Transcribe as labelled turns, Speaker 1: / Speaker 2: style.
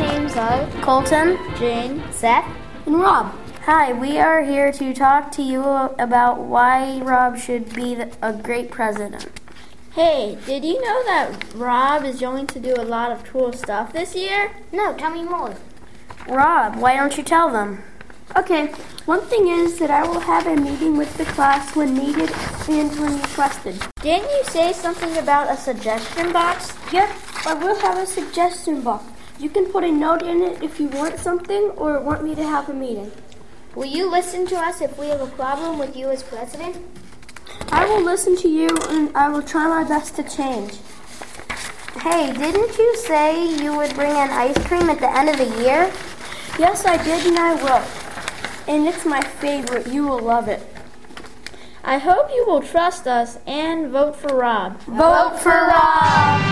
Speaker 1: with Colton, Jane, Seth, and Rob. Hi, we are here to talk to you about why Rob should be the- a great president.
Speaker 2: Hey, did you know that Rob is going to do a lot of cool stuff this year?
Speaker 3: No, tell me more.
Speaker 1: Rob, why don't you tell them?
Speaker 4: Okay, one thing is that I will have a meeting with the class when needed and when requested.
Speaker 2: Didn't you say something about a suggestion box?
Speaker 4: Yep, I will have a suggestion box. You can put a note in it if you want something or want me to have a meeting.
Speaker 3: Will you listen to us if we have a problem with you as president?
Speaker 4: I will listen to you and I will try my best to change.
Speaker 1: Hey, didn't you say you would bring an ice cream at the end of the year?
Speaker 4: Yes, I did and I will. And it's my favorite. You will love it.
Speaker 2: I hope you will trust us and vote for Rob.
Speaker 1: Vote for Rob!